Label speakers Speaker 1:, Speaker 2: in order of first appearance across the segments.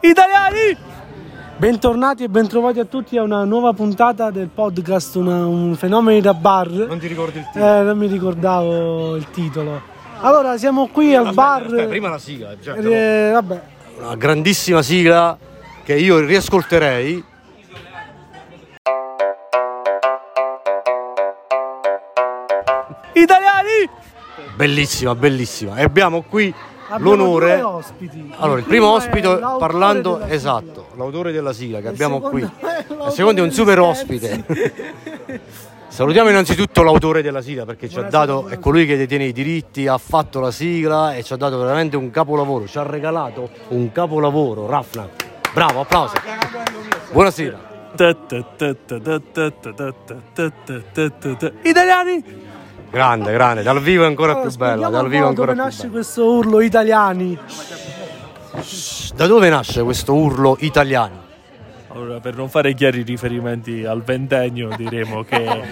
Speaker 1: italiani!
Speaker 2: Bentornati e bentrovati a tutti a una nuova puntata del podcast una- un fenomeno da bar.
Speaker 1: Non ti ricordi il titolo?
Speaker 2: Eh, non mi ricordavo il titolo. Allora, siamo qui al
Speaker 1: Aspetta,
Speaker 2: bar.
Speaker 1: aspetta, prima la sigla. certo. già, però.
Speaker 2: Eh, vabbè.
Speaker 1: Una grandissima sigla che io riascolterei.
Speaker 2: Italiani!
Speaker 1: Bellissima, bellissima. E abbiamo qui
Speaker 2: Abbiamo
Speaker 1: l'onore.
Speaker 2: due ospiti.
Speaker 1: Allora, il
Speaker 2: primo
Speaker 1: primo
Speaker 2: è
Speaker 1: ospite
Speaker 2: l'autore
Speaker 1: parlando
Speaker 2: della
Speaker 1: esatto, l'autore della sigla che
Speaker 2: Il
Speaker 1: abbiamo qui.
Speaker 2: secondo è l'autore
Speaker 1: Il secondo è un
Speaker 2: degli
Speaker 1: super
Speaker 2: scherzi.
Speaker 1: ospite. Salutiamo innanzitutto l'autore della sigla perché ci ha
Speaker 2: Buonasera,
Speaker 1: dato, è
Speaker 2: buonasera.
Speaker 1: colui che detiene i diritti, ha fatto la sigla e ci ha dato veramente un capolavoro, ci ha regalato un capolavoro, Rafna. Bravo, applauso. Buonasera.
Speaker 2: Italiani!
Speaker 1: Grande, grande, dal vivo è ancora
Speaker 2: Allora,
Speaker 1: più bella,
Speaker 2: spieghiamo
Speaker 1: dal
Speaker 2: un
Speaker 1: vivo è
Speaker 2: po'
Speaker 1: ancora
Speaker 2: dove
Speaker 1: più
Speaker 2: nasce
Speaker 1: bella.
Speaker 2: questo urlo italiani?
Speaker 1: Da dove nasce questo urlo italiano?
Speaker 3: Allora, per non fare chiari riferimenti al ventennio, diremo che.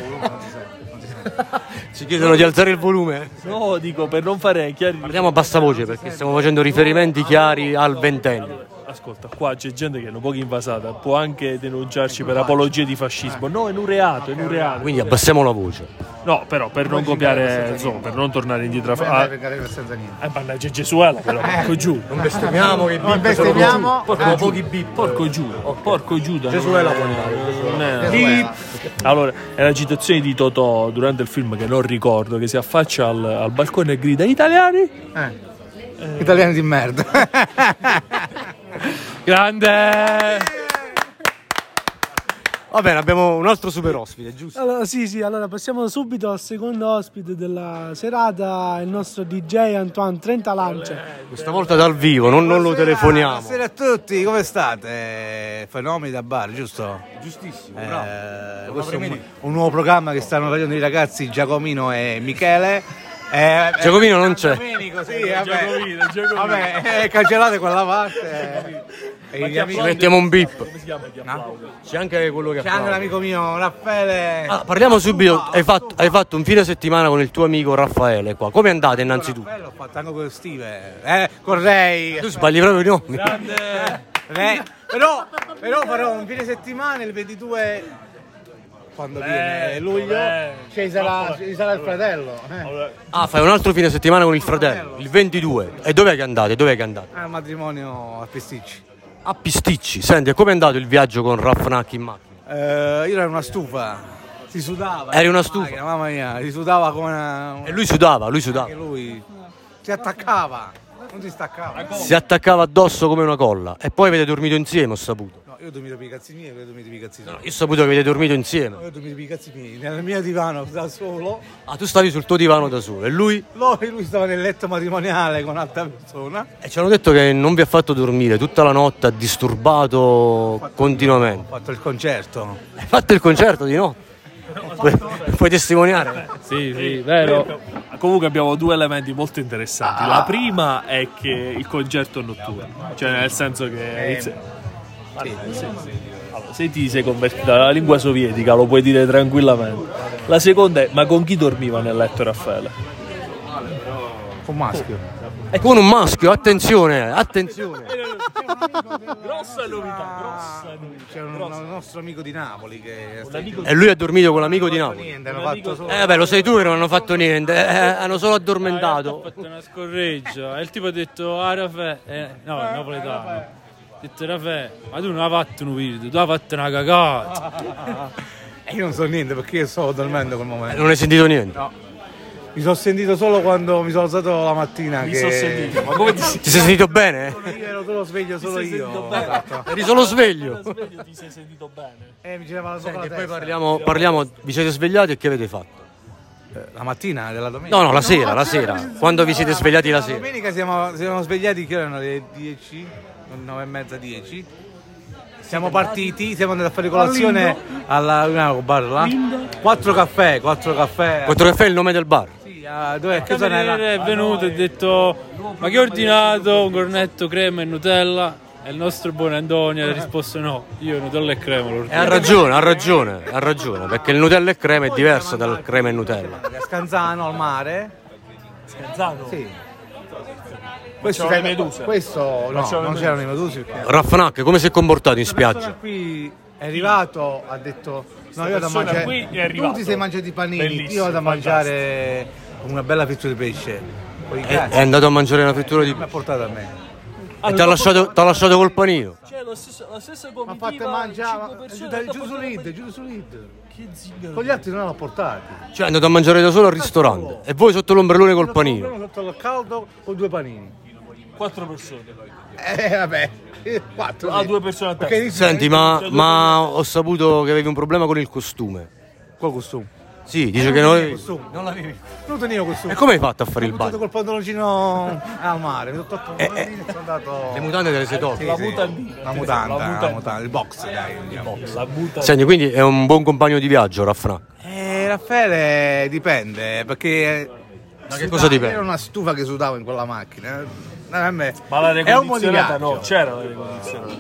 Speaker 1: Ci chiedono di alzare il volume.
Speaker 3: No, dico per non fare chiari.
Speaker 1: Parliamo a bassa voce perché stiamo facendo riferimenti chiari al ventennio.
Speaker 3: Allora, Ascolta, qua c'è gente che è un poco invasata, può anche denunciarci per apologia di fascismo. No, è un reato, è un reato.
Speaker 1: Quindi abbassiamo la voce.
Speaker 3: No, però per non copiare, insomma, per non tornare indietro a
Speaker 4: Ah.
Speaker 3: fa- a.
Speaker 4: senza niente.
Speaker 3: Eh, mannaggia Gesuela, però, porco giù.
Speaker 1: Non bestemmiamo che bip
Speaker 4: bestemmiamo.
Speaker 1: Porco pochi bip.
Speaker 3: Porco giù, porco eh, giù. da-
Speaker 1: Gesuela può andare,
Speaker 3: Non è- Allora, è la citazione di Totò durante il film che non ricordo, che si affaccia al, al balcone e grida italiani.
Speaker 4: Italiani di merda.
Speaker 3: Grande!
Speaker 1: Va bene, abbiamo un altro super ospite, giusto?
Speaker 2: Allora, sì, sì, allora passiamo subito al secondo ospite della serata, il nostro DJ Antoine
Speaker 5: Eh,
Speaker 2: Trentalancia.
Speaker 1: Questa volta dal vivo, non, non lo telefoniamo.
Speaker 4: Buonasera a tutti, come state? Fenomeni da bar, giusto?
Speaker 1: Giustissimo,
Speaker 4: Eh, questo è un, un nuovo programma che stanno facendo i ragazzi Giacomino e Michele. Eh, eh,
Speaker 1: Giacomino non c'è.
Speaker 4: Domenico, sì, vabbè.
Speaker 3: Giacomino, Giacomino.
Speaker 4: Vabbè, eh, cancellate quella parte. eh. E gli
Speaker 1: Ci
Speaker 4: amici-
Speaker 1: mettiamo un bip.
Speaker 3: Come si chiama chi applaude?
Speaker 1: C'è anche quello che
Speaker 4: C'è anche un
Speaker 1: applaude.
Speaker 4: amico mio, Raffaele.
Speaker 1: Ah, parliamo subito, hai fatto, hai fatto un fine settimana con il tuo amico Raffaele qua. Come andate innanzitutto?
Speaker 4: Raffaele, ho fatto anche con Steve. Eh, con Ray.
Speaker 1: Tu sbagli proprio i nomi.
Speaker 4: Eh, però, però farò un fine settimana il 22 quando
Speaker 3: Ecco, Eh,
Speaker 4: viene luglio
Speaker 3: bello.
Speaker 4: ci sarà, ci sarà il fratello eh.
Speaker 3: ecco. Allora,
Speaker 1: Ah, fai un altro fine settimana con il fratello, il 22. E dov'è che andate? Dov'è che andate?
Speaker 4: al matrimonio a Pesticci
Speaker 1: A Pisticci. Senti, e com'è andato il viaggio con Raffnac in macchina?
Speaker 4: Eh, io ero una stufa si sudava
Speaker 1: Eri una
Speaker 4: la
Speaker 1: stufa?
Speaker 4: macchina, mamma mia si sudava come una,
Speaker 1: E lui sudava, lui sudava.
Speaker 4: anche lui si attaccava non si staccava
Speaker 1: Si attaccava addosso come una colla. E poi avete dormito insieme, ho saputo.
Speaker 4: no io ho dormito per i cazzi miei e lui ha dormito per i cazzi suoi
Speaker 1: Io ho saputo che avete dormito insieme.
Speaker 4: io ho dormito per i cazzi miei nel mio divano da solo
Speaker 1: Ah, tu stavi sul tuo divano da solo e lui?
Speaker 4: lui, lui stava nel letto matrimoniale con un'altra persona
Speaker 1: E ci hanno detto che non vi ha fatto dormire tutta la notte, ha disturbato
Speaker 4: ho
Speaker 1: continuamente.
Speaker 4: fatto il concerto
Speaker 1: Hai fatto il concerto di no? Puoi, puoi testimoniare?
Speaker 3: sì, sì, vero. eh, Ah. Comunque abbiamo due elementi molto interessanti. La prima è che il concerto è notturno, cioè nel senso che... il se- Vabbè, sì, sì. Allora, se ti sei convertito alla lingua sovietica lo puoi dire tranquillamente. La seconda è ma con chi dormiva nel letto Raffaele?
Speaker 4: con maschio
Speaker 1: E con un maschio, attenzione, attenzione.
Speaker 3: grossa
Speaker 6: Ah.
Speaker 3: novità, grossa
Speaker 4: C'era un, un nostro amico di Napoli che è stato
Speaker 1: E lui ha dormito con l'amico di Napoli.
Speaker 4: niente, hanno fatto solo.
Speaker 1: Eh vabbè, lo sai tu che non hanno fatto niente, eh, hanno solo addormentato.
Speaker 6: fatto una scorreggia e il tipo ha detto ah Rafè eh, no è napoletano ha detto Rafè ma tu non hai fatto un video tu hai fatto una cagata
Speaker 4: Eh, Io non so niente perché io stavo dormendo quel momento.
Speaker 1: Eh, Non hai sentito niente.
Speaker 4: Mi sono sentito solo quando mi sono alzato la mattina.
Speaker 3: Mi
Speaker 4: che... boh,
Speaker 3: sono sentito, ma come ti sei
Speaker 1: Ti sei sentito bene?
Speaker 4: Io ero solo sveglio, solo
Speaker 3: sei sentito
Speaker 4: io.
Speaker 3: bene?
Speaker 4: Esatto.
Speaker 1: Eri solo sveglio.
Speaker 3: sveglio ti sei sentito bene?
Speaker 4: E mi girava la sopra
Speaker 1: E
Speaker 4: la
Speaker 1: poi
Speaker 4: testa.
Speaker 1: parliamo, parliamo, vi siete svegliati e che avete fatto?
Speaker 4: Eh, La mattina della domenica.
Speaker 1: No, no, la sera, la sera. Quando vi siete svegliati la sera?
Speaker 4: domenica siamo, siamo svegliati che erano le 10, 9 e mezza 10. Siamo partiti, siamo andati a fare colazione alla una bar là. Quattro caffè, quattro caffè.
Speaker 1: Quattro caffè è il nome del bar.
Speaker 4: Sì, a- dove che
Speaker 6: il
Speaker 4: zona era?
Speaker 6: cameriere è venuto e ha detto ma che hai ordinato un cornetto crema e nutella e il nostro buon Antonio ha risposto no io nutella e crema l'ho
Speaker 1: E Eh, ha ragione, ha ragione, ha ragione, perché il Nutella e crema è diverso dal crema e Nutella.
Speaker 4: A Scanzano al mare.
Speaker 3: Scanzano?
Speaker 4: Sì. Questo
Speaker 3: C'erano
Speaker 4: sai-
Speaker 3: le meduse.
Speaker 4: Questo no,
Speaker 3: c'erano le
Speaker 4: non c'erano i meduse. perché-
Speaker 1: Raffanac, come si è comportato in
Speaker 4: Questa persona
Speaker 1: spiaggia?
Speaker 4: qui è arrivato, ha detto no, io vado a
Speaker 3: persona
Speaker 4: mangiare.
Speaker 3: qui è
Speaker 4: tu
Speaker 3: arrivato.
Speaker 4: ti sei mangiato i panini,
Speaker 3: Bellissimo,
Speaker 4: io vado a mangiare una bella frittura di pesce. Poi
Speaker 1: È, è andato a mangiare una frittura di...
Speaker 4: mi ha
Speaker 1: e
Speaker 4: portato a me.
Speaker 1: ti ha lasciato, t'ha lasciato col panino.
Speaker 5: Cioè, lo stesso, la stessa
Speaker 4: Mi ha
Speaker 5: comitiva
Speaker 4: fatto
Speaker 5: cinque
Speaker 4: mangiare
Speaker 5: persone,
Speaker 4: dai,
Speaker 5: l'ha
Speaker 4: giù
Speaker 5: portata
Speaker 4: sull'id,
Speaker 5: per-
Speaker 4: giù sull'id.
Speaker 5: Che zingaro.
Speaker 4: Con gli altri non l'ho portati.
Speaker 1: Cioè è andato a mangiare da solo al ristorante. E voi sotto l'ombrellone col panino.
Speaker 4: Sotto al caldo con due panini.
Speaker 3: Quattro persone.
Speaker 4: Eh vabbè. Quattro.
Speaker 3: A due persone a testa.
Speaker 4: Perché dici-
Speaker 1: Senti, ma, ma ho saputo che avevi un problema con il costume.
Speaker 4: Col costume.
Speaker 1: Sì, dice che
Speaker 4: Eh, Non
Speaker 1: noi...
Speaker 4: costume. Non l'avevi. Non tenevo costume.
Speaker 1: E come hai fatto a fare il
Speaker 4: Ho buttato
Speaker 1: bagno?
Speaker 4: col pantaloncino al mare, mi sono tolto il
Speaker 1: Eh, eh.
Speaker 4: pantalone, sono andato...
Speaker 1: Le mutande te le
Speaker 4: Eh,
Speaker 1: sei tolte?
Speaker 4: la mutandina. La mutanda, la mutanda, il box, dai, il box.
Speaker 3: La butta.
Speaker 1: Senti, quindi è un buon compagno di viaggio, Raffanac.
Speaker 4: Eh, Raffaele dipende, perché...
Speaker 1: Da che
Speaker 4: sudavo,
Speaker 1: cosa dipende?
Speaker 4: Era una stufa che sudavo in quella macchina. eh. No, a me-
Speaker 3: Ma la
Speaker 4: è un po' di
Speaker 3: recondizionata no,
Speaker 4: viaggio.
Speaker 3: c'era la recondizionata.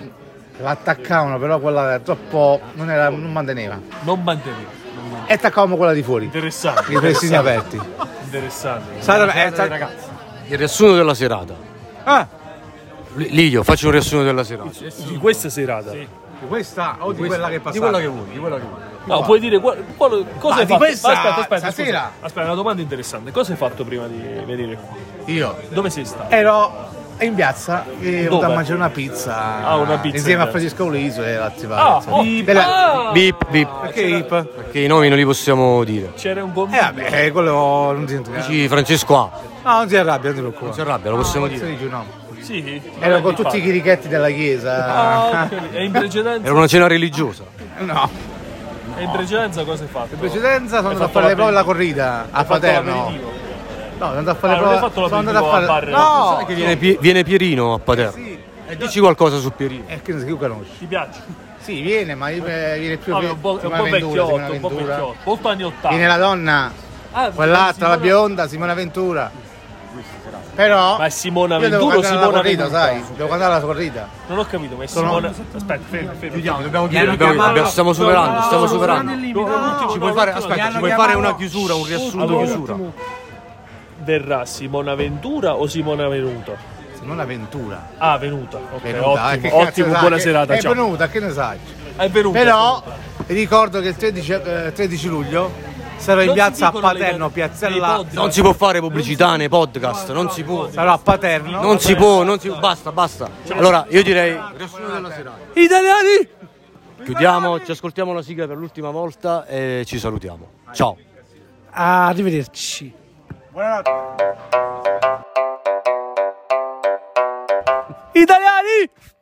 Speaker 4: L'attaccavano, però quella era troppo... non, era, non manteneva.
Speaker 3: Non mantenuta.
Speaker 4: E attaccavamo quella di fuori,
Speaker 3: Interessante.
Speaker 4: i pressini aperti.
Speaker 3: Interessante.
Speaker 4: Sara, eh, sa-
Speaker 1: Il riassunto della serata.
Speaker 4: Ah,
Speaker 1: Li- Lidio, facci un riassunto della serata.
Speaker 3: Di questa serata.
Speaker 4: di questa o di, quella che è passata?
Speaker 1: vuoi, di quella che vuoi.
Speaker 3: No, puoi dire qual- qual- cosa
Speaker 4: Ma
Speaker 3: hai
Speaker 4: di
Speaker 3: fatto?
Speaker 4: questa
Speaker 3: aspetta, aspetta,
Speaker 4: stasera?
Speaker 3: scusa. aspetta, una domanda interessante. Cosa hai fatto prima di venire qui?
Speaker 4: Io.
Speaker 3: Dove sei stato?
Speaker 4: Ero in piazza e ho
Speaker 3: Dove?
Speaker 4: a mangiare una pizza.
Speaker 3: Ah, una pizza in
Speaker 4: Insieme a
Speaker 3: piazza.
Speaker 4: Francesco Uliso e l'altro
Speaker 3: Ah, oh, ah,
Speaker 4: Della...
Speaker 1: Bip, bip.
Speaker 4: Perché hip?
Speaker 1: Perché i nomi non li possiamo dire.
Speaker 3: C'era un
Speaker 4: Eh
Speaker 3: gommino.
Speaker 4: vabbè, quello non ti arrabbia.
Speaker 1: Dici Francesco A. Non
Speaker 4: No, non ti arrabbia, non ti preoccupare.
Speaker 1: si arrabbia, lo possiamo
Speaker 4: Non si
Speaker 1: dire.
Speaker 4: dice no.
Speaker 3: Sì.
Speaker 4: Ero con tutti i chirichetti della
Speaker 3: Ah,
Speaker 4: chiesa.
Speaker 3: ok. Eh, E in precedenza,
Speaker 1: Era una cena religiosa.
Speaker 4: No.
Speaker 3: e in precedenza cosa hai fatto?
Speaker 4: In precedenza sono
Speaker 3: Hai
Speaker 4: andato a
Speaker 3: fatto
Speaker 4: fare le prove
Speaker 3: l'aperitivo.
Speaker 4: alla corrida a
Speaker 3: Hai fatto
Speaker 4: Paterno. No,
Speaker 3: l'aperitivo.
Speaker 4: sono andato a fare
Speaker 3: Ah,
Speaker 4: le
Speaker 3: non hai
Speaker 4: prove.
Speaker 3: fatto
Speaker 4: Sono andato a
Speaker 3: l'aperitivo
Speaker 4: fare.
Speaker 3: a Barre?
Speaker 4: No!
Speaker 1: Viene, Pi- viene Pierino a Paterno.
Speaker 4: Eh Sì.
Speaker 1: E dici qualcosa su Pierino.
Speaker 4: Eh, che non so chi lo conosci.
Speaker 3: Ti piace?
Speaker 4: Sì, viene, ma io- eh, viene più
Speaker 3: Vabbè, un po', Ah, è un
Speaker 4: Simona
Speaker 3: po'
Speaker 4: Ventura,
Speaker 3: vecchiotto,
Speaker 4: Simona
Speaker 3: un po'
Speaker 4: Ventura.
Speaker 3: vecchiotto. Molto anni 80.
Speaker 4: Viene la donna,
Speaker 3: Ah,
Speaker 4: quell'altra, la
Speaker 3: Simona-
Speaker 4: bionda, Simona Ventura. Però.
Speaker 3: Ma è Simona
Speaker 4: io devo
Speaker 3: Ventura o
Speaker 4: guardare
Speaker 3: Simona
Speaker 4: la corrida,
Speaker 3: Ventura?
Speaker 4: sai? Devo guardare la corrida.
Speaker 3: Non ho capito, ma è
Speaker 4: Sono-
Speaker 3: Simona. Aspetta, fermi, fermi.
Speaker 1: Dobbiamo dire, dobbiamo- abbiamo- stiamo superando, stiamo superando. Ci puoi fare, aspetta, ci puoi fare una chiusura, un riassunto
Speaker 3: Allora,
Speaker 1: chiusura.
Speaker 3: Verrà Simona Ventura o Simona Venuta?
Speaker 4: Simona Ventura.
Speaker 3: Ah, venuta. Ok,
Speaker 4: Venuta, eh, che
Speaker 3: ottimo,
Speaker 4: cazzo
Speaker 3: ottimo,
Speaker 4: sai?
Speaker 3: buona
Speaker 4: Che-
Speaker 3: serata.
Speaker 4: È
Speaker 3: ciao.
Speaker 4: venuta, che ne sai?
Speaker 3: È venuta.
Speaker 4: Però ricordo che il 13, eh, 13 luglio sarò in
Speaker 3: Non si
Speaker 4: piazza a
Speaker 3: dicono le-
Speaker 4: Paterno,
Speaker 3: nei
Speaker 4: piazzella.
Speaker 3: podcast.
Speaker 1: Non si può fare pubblicità nei podcast, non si può.
Speaker 4: Sarò a Paterno.
Speaker 1: Non si può, non si può. Basta, basta. Allora, io direi. Riassunto della serata.
Speaker 3: Italiani!
Speaker 1: Chiudiamo, ci ascoltiamo la sigla per l'ultima volta e ci salutiamo. Ciao.
Speaker 2: Arrivederci.
Speaker 3: Italiani!